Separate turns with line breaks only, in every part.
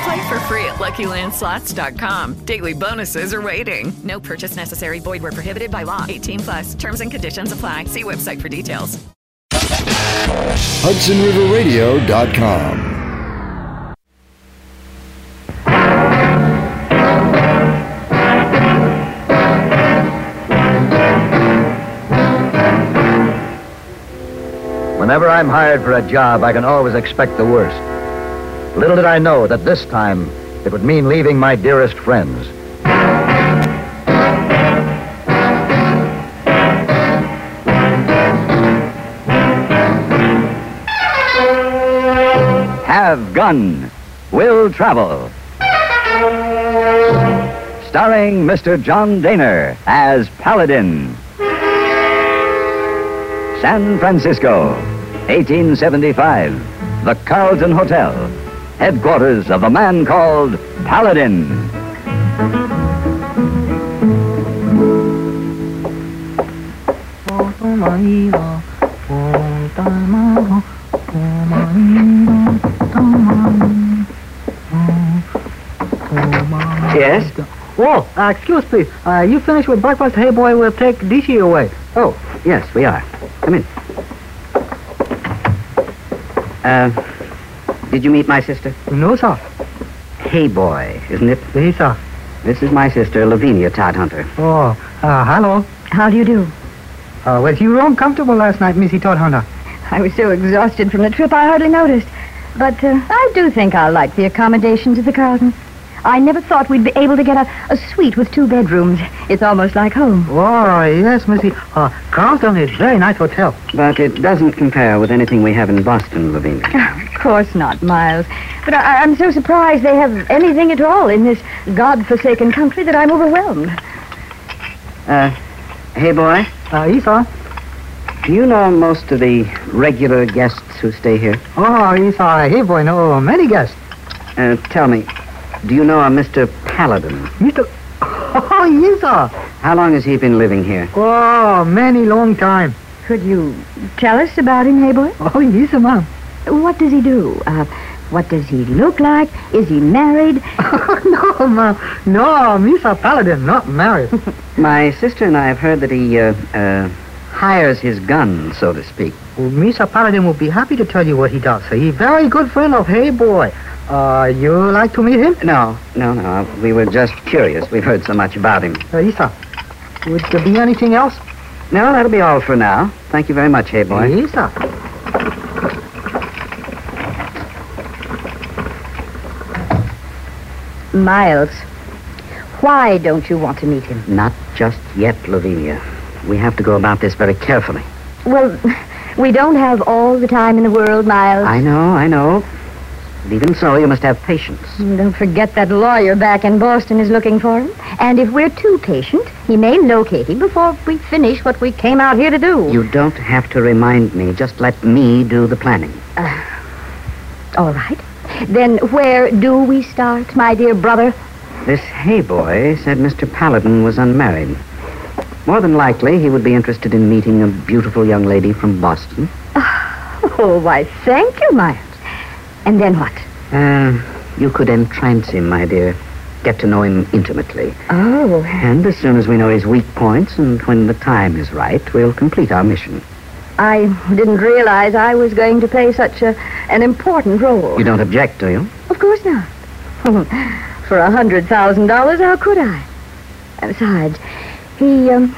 Play for free at LuckyLandSlots.com. Daily bonuses are waiting. No purchase necessary. Void where prohibited by law. 18 plus. Terms and conditions apply. See website for details.
HudsonRiverRadio.com.
Whenever I'm hired for a job, I can always expect the worst. Little did I know that this time it would mean leaving my dearest friends. Have Gun Will Travel. Starring Mr. John Daner as Paladin. San Francisco, 1875. The Carlton Hotel, headquarters of a man called Paladin.
Yes? Oh, uh, excuse please. Uh, you finished with breakfast, hey boy, we'll take Dishy away.
Oh, yes, we are. Come in. Uh, did you meet my sister?
No, sir.
Hey, boy, isn't it?
Yes, sir.
This is my sister, Lavinia Todd Hunter.
Oh, uh, hello.
How do you do?
Uh, was you wrong comfortable last night, Missy Todd Hunter?
I was so exhausted from the trip I hardly noticed. But uh, I do think I like the accommodations of the Carlton. I never thought we'd be able to get a, a suite with two bedrooms. It's almost like home.
Oh, yes, Missy. Uh, Carlton is very nice hotel.
But it doesn't compare with anything we have in Boston, Lavinia.
Of course not, Miles. But I, I'm so surprised they have anything at all in this godforsaken country that I'm overwhelmed.
Uh, hey, boy,
Uh, yes, sir.
do you know most of the regular guests who stay here?
Oh, yes, sir. Hey boy, no, many guests.
Uh, tell me, do you know a Mr. Paladin?
Mr. Oh, yes, sir.
How long has he been living here?
Oh, many long time.
Could you tell us about him, Hayboy?
Oh, yes, sir, ma'am.
What does he do? Uh, what does he look like? Is he married?
no, ma'am. Oh, No, Mr. Paladin, not married.
My sister and I have heard that he, uh, uh, hires his gun, so to speak.
Well, Mr. Paladin will be happy to tell you what he does. He's a very good friend of Hey Boy. Uh, you like to meet him?
No, no, no. We were just curious. We've heard so much about him.
Uh, yes, sir. Would there be anything else?
No, that'll be all for now. Thank you very much, hey boy.
Yes, sir.
Miles, why don't you want to meet him?
Not just yet, Lavinia. We have to go about this very carefully.
Well, we don't have all the time in the world, Miles.
I know, I know. But even so, you must have patience.
Don't forget that lawyer back in Boston is looking for him. And if we're too patient, he may locate him before we finish what we came out here to do.
You don't have to remind me. Just let me do the planning.
All right. Then where do we start, my dear brother?
This hey boy said Mr. Paladin was unmarried. More than likely, he would be interested in meeting a beautiful young lady from Boston.
Oh, why, thank you, Miles. And then what?
Uh, you could entrance him, my dear. Get to know him intimately.
Oh,
And as soon as we know his weak points and when the time is right, we'll complete our mission.
I didn't realize I was going to play such a, an important role.
You don't object, do you?
Of course not. For a hundred thousand dollars, how could I? And Besides, he um,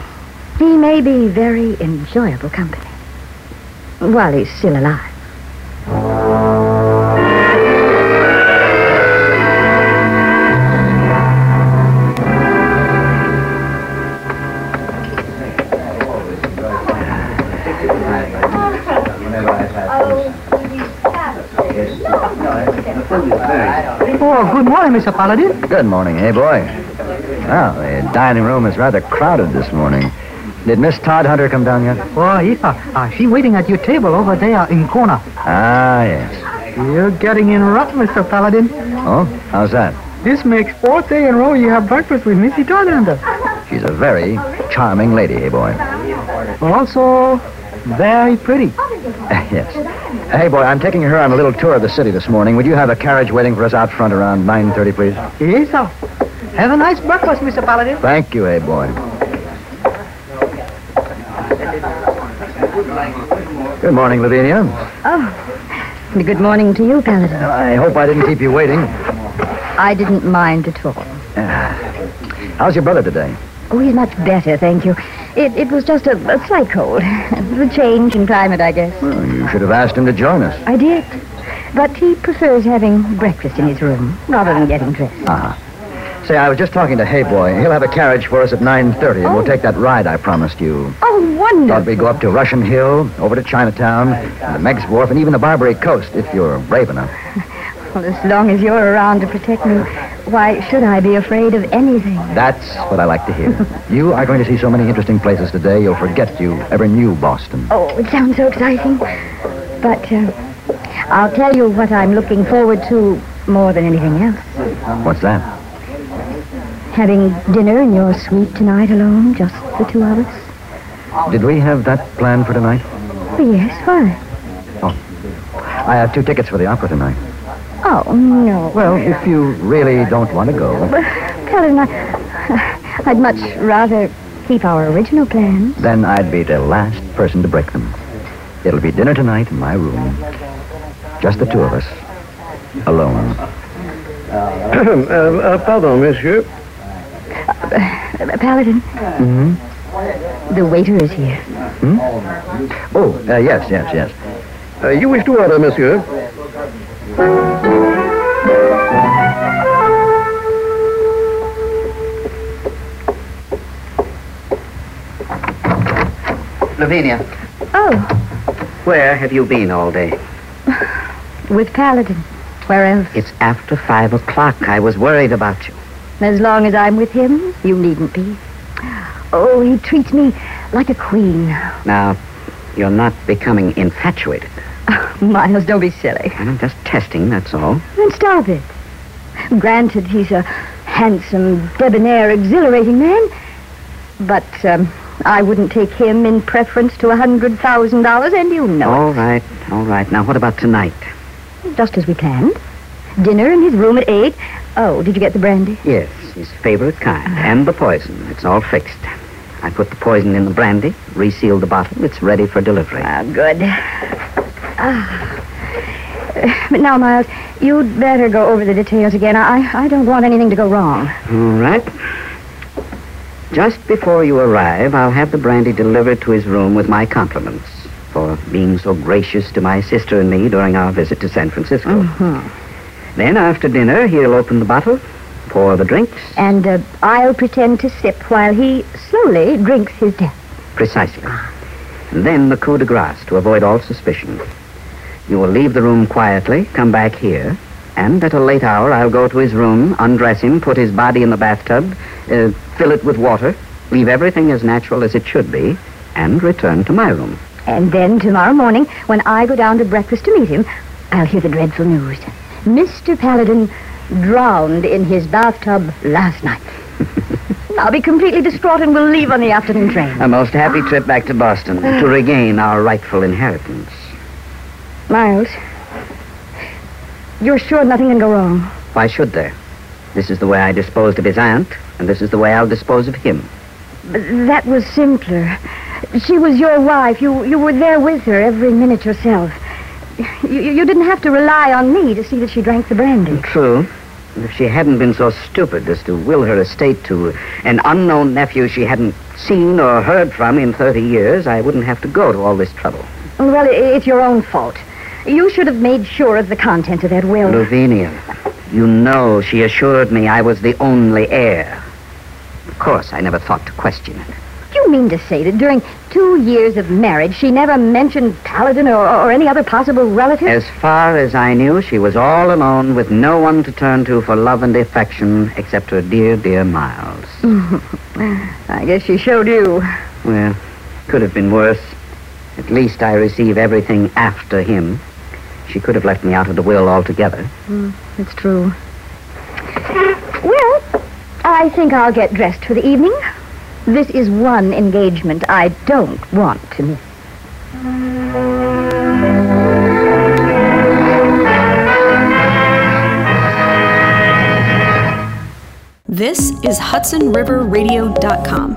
he may be very enjoyable company. while he's still alive.
Oh, good morning, Mr. Paladin.
Good morning, hey boy. Well, the dining room is rather crowded this morning. Did Miss Todd Hunter come down yet?
Oh, yes, uh, uh, she waiting at your table over there in corner.
Ah, yes.
You're getting in rough, Mr. Paladin.
Oh, how's that?
This makes fourth day in a row you have breakfast with Missy Todd Hunter.
She's a very charming lady, hey boy.
Also, very pretty.
yes. Hey boy, I'm taking her on a little tour of the city this morning. Would you have a carriage waiting for us out front around 9.30, please?
Yes, sir. Have a nice breakfast, Mr. Paladin.
Thank you, hey boy. Good morning, Lavinia.
And Good morning to you, Paladin.
Uh, I hope I didn't keep you waiting. Uh,
I didn't mind at all.
How's your brother today?
Oh, he's much better, thank you. It, it was just a, a slight cold. The change in climate, I guess.
Well, you should have asked him to join us.
I did. But he prefers having breakfast in his room rather than getting dressed.
Say, I was just talking to Hayboy. He'll have a carriage for us at 9.30, and we'll take that ride I promised you.
Oh,
Thought
wonderful.
we'd go up to Russian Hill, over to Chinatown, and the Meg's Wharf, and even the Barbary Coast, if you're brave enough.
Well, as long as you're around to protect me, why should I be afraid of anything?
That's what I like to hear. you are going to see so many interesting places today, you'll forget you ever knew Boston.
Oh, it sounds so exciting. But uh, I'll tell you what I'm looking forward to more than anything else.
What's that?
Having dinner in your suite tonight alone, just the two of us.
Did we have that planned for tonight?
Oh, yes, why?
I have two tickets for the opera tonight.
Oh, no.
Well, if you really don't want to go,
Well, Helen, I, I'd much rather keep our original plans.
then I'd be the last person to break them. It'll be dinner tonight in my room. Just the two of us. Alone.
pardon, monsieur.
Uh, Paladin. Mm-hmm. The waiter is here.
Oh, uh, yes, yes, yes.
Uh, you wish to order, monsieur?
Lavinia,
Oh,
where have you been all day?
with Paladin. Where else?
It's after five o'clock. I was worried about you.
As long as I'm with him, you needn't be. Oh, he treats me like a queen.
Now, you're not becoming infatuated.
Miles, don't be silly.
I'm just testing, that's all.
Then stop it. Granted, he's a handsome, debonair, exhilarating man, but um, I wouldn't take him in preference to a hundred thousand dollars, and you know
All right, all right. Now, what about tonight?
it. Just as we planned. Dinner in his room at eight. Oh, did you get the brandy?
Yes, his favorite kind. And the poison. It's all fixed. I put the poison in the brandy, resealed the bottle. It's ready for delivery.
Ah, good. Ah. But now, Miles, you'd better go over the details again. I, I don't want anything to go wrong.
All right. Just before you arrive, I'll have the brandy delivered to his room with my compliments for being so gracious to my sister and me during our visit to San Francisco.
Mm-hmm.
Then, after dinner, he'll open the bottle, pour the drinks.
And uh, I'll pretend to sip while he slowly drinks his death.
Precisely. And then the coup de grace to avoid all suspicion. You will leave the room quietly, come back here, and at a late hour I'll go to his room, undress him, put his body in the bathtub, uh, fill it with water, leave everything as natural as it should be, and return to my room.
And then tomorrow morning, when I go down to breakfast to meet him, I'll hear the dreadful news. Mr. Paladin drowned in his bathtub last night. I'll be completely distraught and will leave on the afternoon train.
A most happy trip back to Boston to regain our rightful inheritance.
Miles, you're sure nothing can go wrong.
Why should there? This is the way I disposed of his aunt, and this is the way I'll dispose of him.
But that was simpler. She was your wife. You, you were there with her every minute yourself. You, you didn't have to rely on me to see that she drank the brandy.
True. And If she hadn't been so stupid as to will her estate to an unknown nephew she hadn't seen or heard from in 30 years, I wouldn't have to go to all this trouble.
Well, i- it's your own fault. You should have made sure of the content of that will.
Lavinia, you know she assured me I was the only heir. Of course, I never thought to question it.
You mean to say that during two years of marriage, she never mentioned Paladin or, or any other possible relative?
As far as I knew, she was all alone with no one to turn to for love and affection except her dear, dear Miles.
I guess she showed you.
Well, could have been worse. At least I receive everything after him. She could have left me out of the will altogether.
Mm, it's true. Well, I think I'll get dressed for the evening. This is one engagement I don't want to miss.
This is HudsonRiverRadio.com.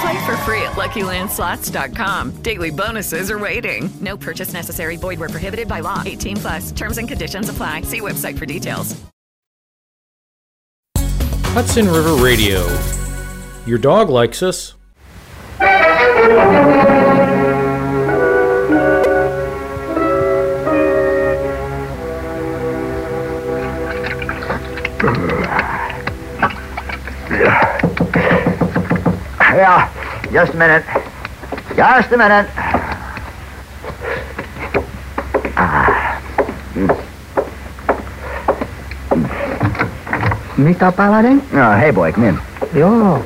Play for free at LuckyLandSlots.com. Daily bonuses are waiting. No purchase necessary. Void were prohibited by law. 18 plus. Terms and conditions apply. See website for details.
Hudson River Radio. Your dog likes us.
Yeah, just a minute. Just a minute.
Ah. Mr. Paladin?
Oh, hey, boy, come in.
Yo.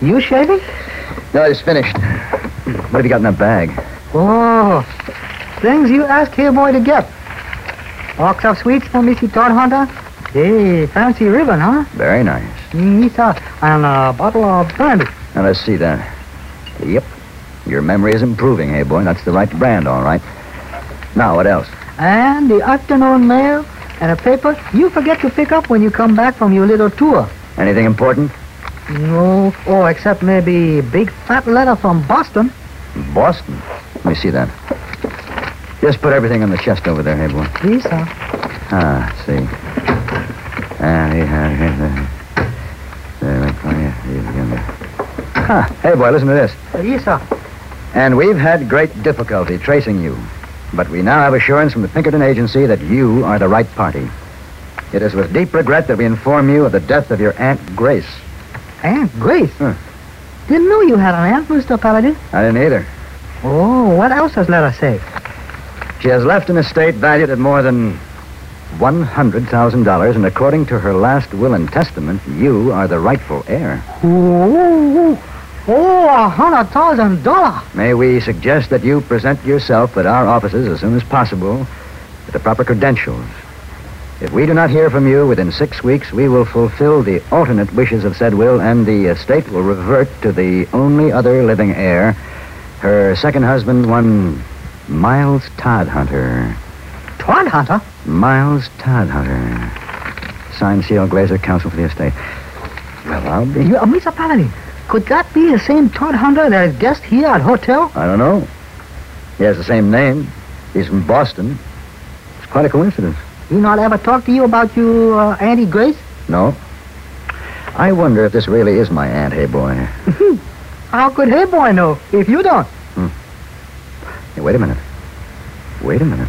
You shaving?
No, it's finished. What have you got in that bag?
Oh. Things you asked here boy to get. Box of sweets for Missy Todd Hunter. Hey, fancy ribbon, huh?
Very nice.
Misa, and a bottle of brandy.
Now, let's see that. Yep. Your memory is improving, hey, boy. That's the right brand, all right. Now, what else?
And the afternoon mail and a paper you forget to pick up when you come back from your little tour.
Anything important?
No. Oh, except maybe big fat letter from Boston.
Boston. Let me see that. Just put everything on the chest over there, hey, boy.
Please, sir.
Ah, let's see. Ah, yeah, yeah, yeah. There, that's all, yeah, yeah, yeah, yeah. Huh. Hey, boy, listen to this.
Uh, Yes, sir.
And we've had great difficulty tracing you. But we now have assurance from the Pinkerton Agency that you are the right party. It is with deep regret that we inform you of the death of your Aunt Grace.
Aunt Grace?
Huh.
Didn't know you had an aunt, Mr. Paladin.
I didn't either.
Oh, what else does letter say?
She has left an estate valued at more than $100,000, and according to her last will and testament, you are the rightful heir.
Ooh, oh, a hundred thousand dollar.
May we suggest that you present yourself at our offices as soon as possible with the proper credentials. If we do not hear from you within six weeks, we will fulfill the alternate wishes of said will, and the estate will revert to the only other living heir, her second husband, one Miles Todhunter.
Twad hunter.
Miles Todhunter. Signed, sealed, Glazer, counsel for the estate. Well, I'll be.
You, uh, Mr. Paladin, could that be the same Todd Hunter that is guest here at hotel?
I don't know. He has the same name. He's from Boston. It's quite a coincidence.
He not ever talk to you about you, uh, Auntie Grace?
No. I wonder if this really is my aunt, hey boy.
How could her boy know if you don't?
Hmm. Hey, wait a minute. Wait a minute.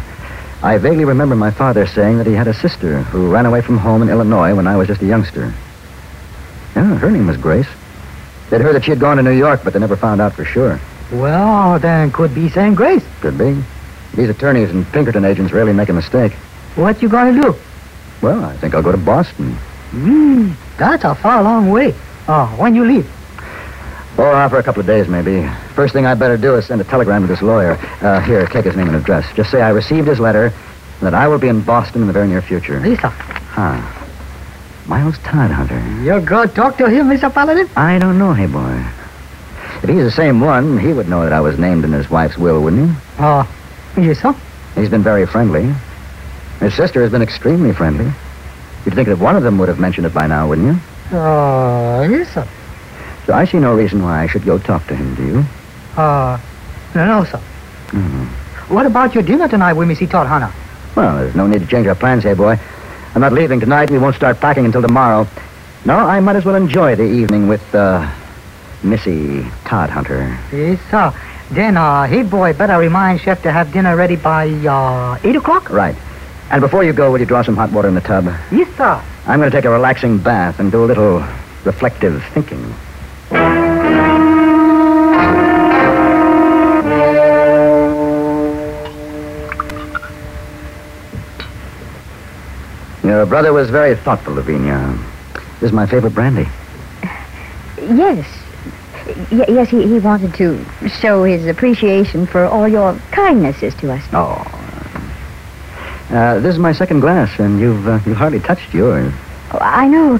I vaguely remember my father saying that he had a sister who ran away from home in Illinois when I was just a youngster. Yeah, her name was Grace. They'd heard that she had gone to New York, but they never found out for sure.
Well, then could be St. Grace.
Could be. These attorneys and Pinkerton agents rarely make a mistake.
What you gonna do? Hmm,
Well, I think I'll go to Boston. Mm, that's a far long way.
Uh,
Oh, when you leave?
Oh, uh, for a couple of days, maybe. First thing I'd better do is send a telegram to this lawyer. Uh, here, take his name and address. Just say I received his letter and that I will be in Boston in the very near future.
Lisa.
Huh. Miles Todhunter.
You go talk to him, Mr. Paladin?
I don't know, hey boy. If he's the same one, he would know that I was named in his wife's will, wouldn't he?
Oh, yes, sir?
He's been very friendly. His sister has been extremely friendly. You'd think that one of them would have mentioned it by now, wouldn't you?
Uh, yes, sir.
So I see no reason why I should go talk to him, do you?
Uh, no, no, sir.
Mhm.
What about your dinner tonight with Missy Torhana?
Well, there's no need to change our plans, hey boy. I'm not leaving tonight. We won't start packing until tomorrow. No, I might as well enjoy the evening with, uh, Missy Todhunter.
Yes, sir. Then, uh, hey boy, better remind Chef to have dinner ready by, uh, 8 o'clock?
Right. And before you go, will you draw some hot water in the tub?
Yes, sir.
I'm going to take a relaxing bath and do a little reflective thinking. Your brother was very thoughtful, Lavinia. This is my favorite brandy.
Yes. Y- yes, he, he wanted to show his appreciation for all your kindnesses to us.
Oh. Uh, this is my second glass, and you've uh, you've hardly touched yours.
Oh, I know.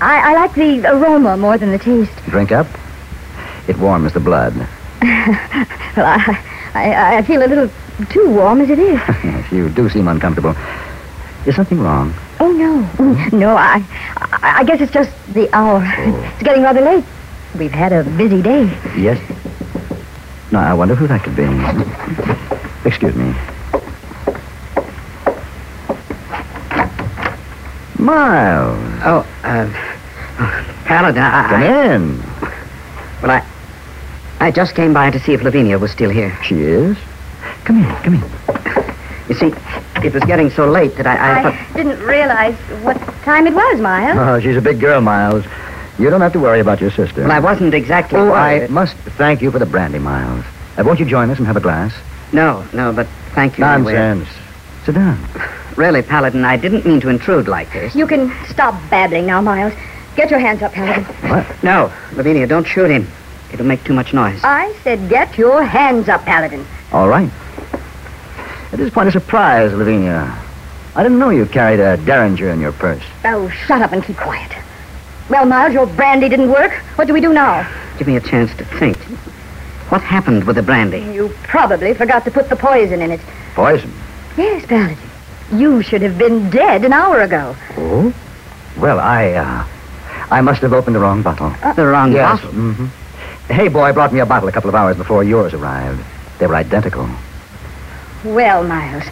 I, I like the aroma more than the taste.
Drink up. It warms the blood.
Well, I, I, I feel a little too warm as it is.
Yes, you do seem uncomfortable. Is something wrong?
Oh, no. Mm, No, I, I I guess it's just the hour. It's getting rather late. We've had a busy day.
Yes. Now, I wonder who that could be. Excuse me. Miles.
Oh, uh, Paladin, I...
Come
I-
in.
Well, I... I just came by to see if Lavinia was still here.
She is. Come in, come in.
You see, it was getting so late that I... I, thought...
didn't realize what time it was, Miles.
Oh, she's a big girl, Miles. You don't have to worry about your sister.
Well, I wasn't exactly...
Oh, I
worried.
must thank you for the brandy, Miles. Uh, won't you join us and have a glass?
No, no, but thank you anyway.
Nonsense. Sit down.
Really, Paladin, I didn't mean to intrude like this.
You can stop babbling now, Miles. Get your hands up, Paladin.
What?
No, Lavinia, don't shoot him. It'll make too much noise.
I said get your hands up, Paladin.
All right. It is quite a surprise, Lavinia. I didn't know you carried a derringer in your purse.
Oh, shut up and keep quiet. Well, Miles, your brandy didn't work. What do we do now?
Give me a chance to think. What happened with the brandy?
You probably forgot to put the poison in it.
Poison.
Yes, Paladin. You should have been dead an hour ago.
Oh? Well, I, uh, I must have opened the wrong bottle.
the wrong
yes.
bottle.
hmm Hey, boy brought me a bottle a couple of hours before yours arrived. They were identical.
Well, Miles,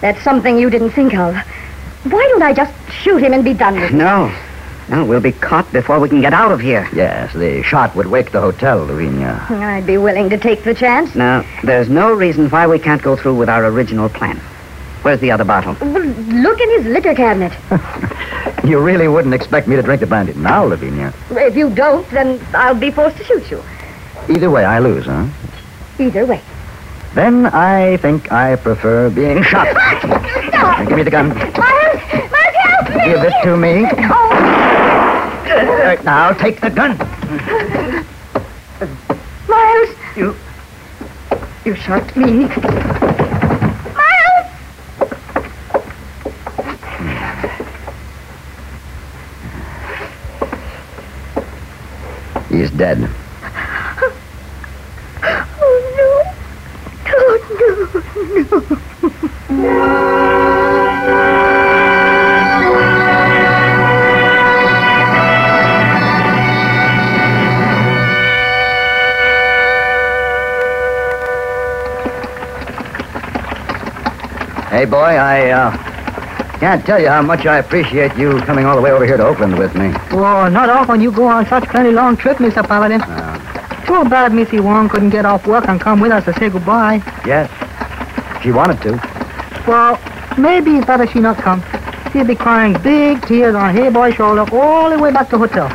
that's something you didn't think of. Why don't I just shoot him and be done with it?
No. No, we'll be caught before we can get out of here.
Yes, the shot would wake the hotel, Lavinia.
I'd be willing to take the chance.
Now, there's no reason why we can't go through with our original plan. Where's the other bottle?
Well, look in his liquor cabinet.
You really wouldn't expect me to drink the brandy now, Lavinia.
If you don't, then I'll be forced to shoot you.
Either way, I lose, huh?
Either way.
Then I think I prefer being shot. Give me the gun.
Miles! Miles, help me! Oh,
Give it to me. Uh, now take the gun.
Miles! You. You shot me. Miles!
He's dead.
Oh, no. Oh, no.
Hey, boy, I uh, can't tell you how much I appreciate you coming all the way over here to Oakland with me.
Oh, not often you go on such plenty long trip, Mr. Paladin. Too bad Missy Wong couldn't get off work and come with us to say goodbye.
Yes, she wanted to.
Well, maybe it's better she not come. She'll be crying big tears on her boy's shoulder all the way back to hotel.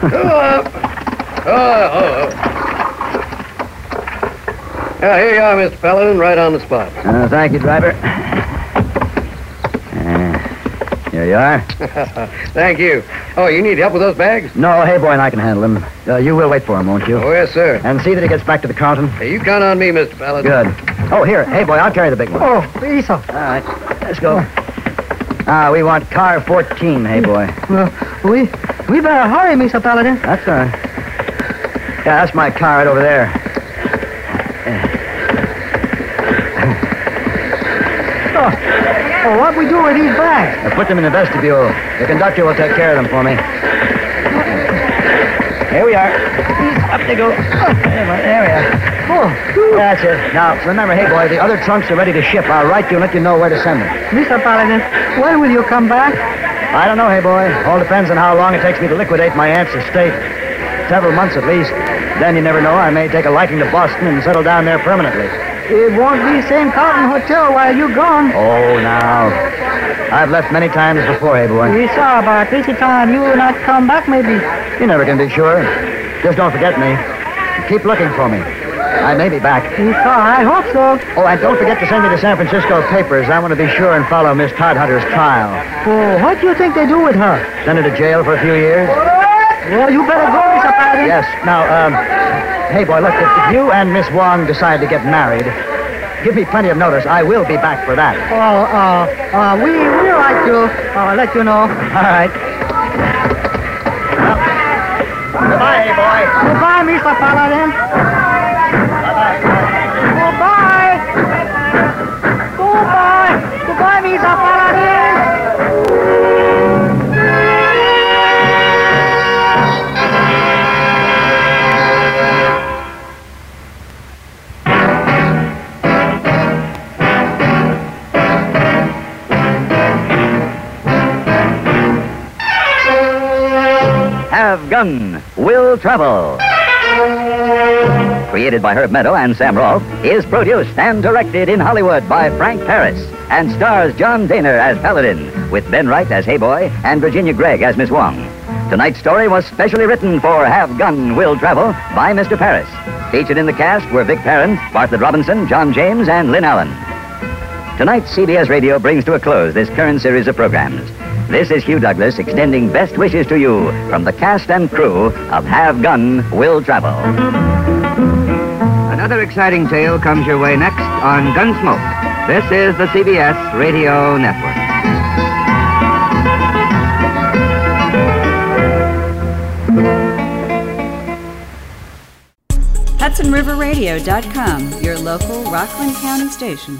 Yeah, here you are, Mr.
Uh,
Paladin, right on the spot.
Uh, thank you, driver. Uh, your
you are.
Thank you. Oh, you need help with those bags?
No, hey, boy, and I can handle him. Uh, you will wait for him, won't you?
Oh, yes, sir.
And see that he gets back to the Carlton.
Hey, you count on me, Mr. Paladin.
Good. Oh, here, hey, boy, I'll carry the big one.
Oh, Esau. All
right, let's go. Ah, we want car 14, hey, boy.
Well, we we better hurry, Mr. Paladin.
That's all right. Yeah, that's my car right over there.
Oh, oh, what we do with these bags?
I put them in the vestibule. The conductor will take care of them for me. Here we are. Up they go. There we are.
Oh,
That's it. Now, remember, hey, boy, the other trunks are ready to ship. I'll write you and let you know where to send them.
Mr. Paladin, when will you come back?
I don't know, hey, boy. All depends on how long it takes me to liquidate my aunt's estate. Several months at least. Then you never know. I may take a liking to Boston and settle down there permanently.
It won't be same Carlton Hotel while you're gone.
Oh, now. I've left many times before, hey, boy.
We saw about this time you will not come back, maybe.
You never can be sure. Just don't forget me. Keep looking for me. I may be back.
I hope so.
Oh, and don't forget to send me the San Francisco papers. I want to be sure and follow Miss Todhunter's trial.
Oh, what do you think they do with her?
Send her to jail for a few years.
Well, you better go, Mr. Paladin.
Yes. Now, um, hey, boy, look, if you and Miss Wong decide to get married, give me plenty of notice. I will be back for that.
Oh, uh, uh, we we like to uh, let you know.
All right. Well, goodbye, hey, boy.
Goodbye, Mr. Paladin. Goodbye. Goodbye. Goodbye, Mr. Paladin.
Have Gun Will Travel. Created by Herb Meadow and Sam Rolfe, is produced and directed in Hollywood by Frank Paris and stars John Daner as Paladin, with Ben Wright as Hayboy and Virginia Gregg as Miss Wong. Tonight's story was specially written for Have Gun Will Travel by Mr. Paris. Featured in the cast were Vic Perrin, Bartlett Robinson, John James, and Lynn Allen. Tonight, CBS Radio brings to a close this current series of programs. This is Hugh Douglas extending best wishes to you from the cast and crew of Have Gun Will Travel. Another exciting tale comes your way next on Gunsmoke. This is the CBS Radio Network.
HudsonRiverRadio.com, your local Rockland County station.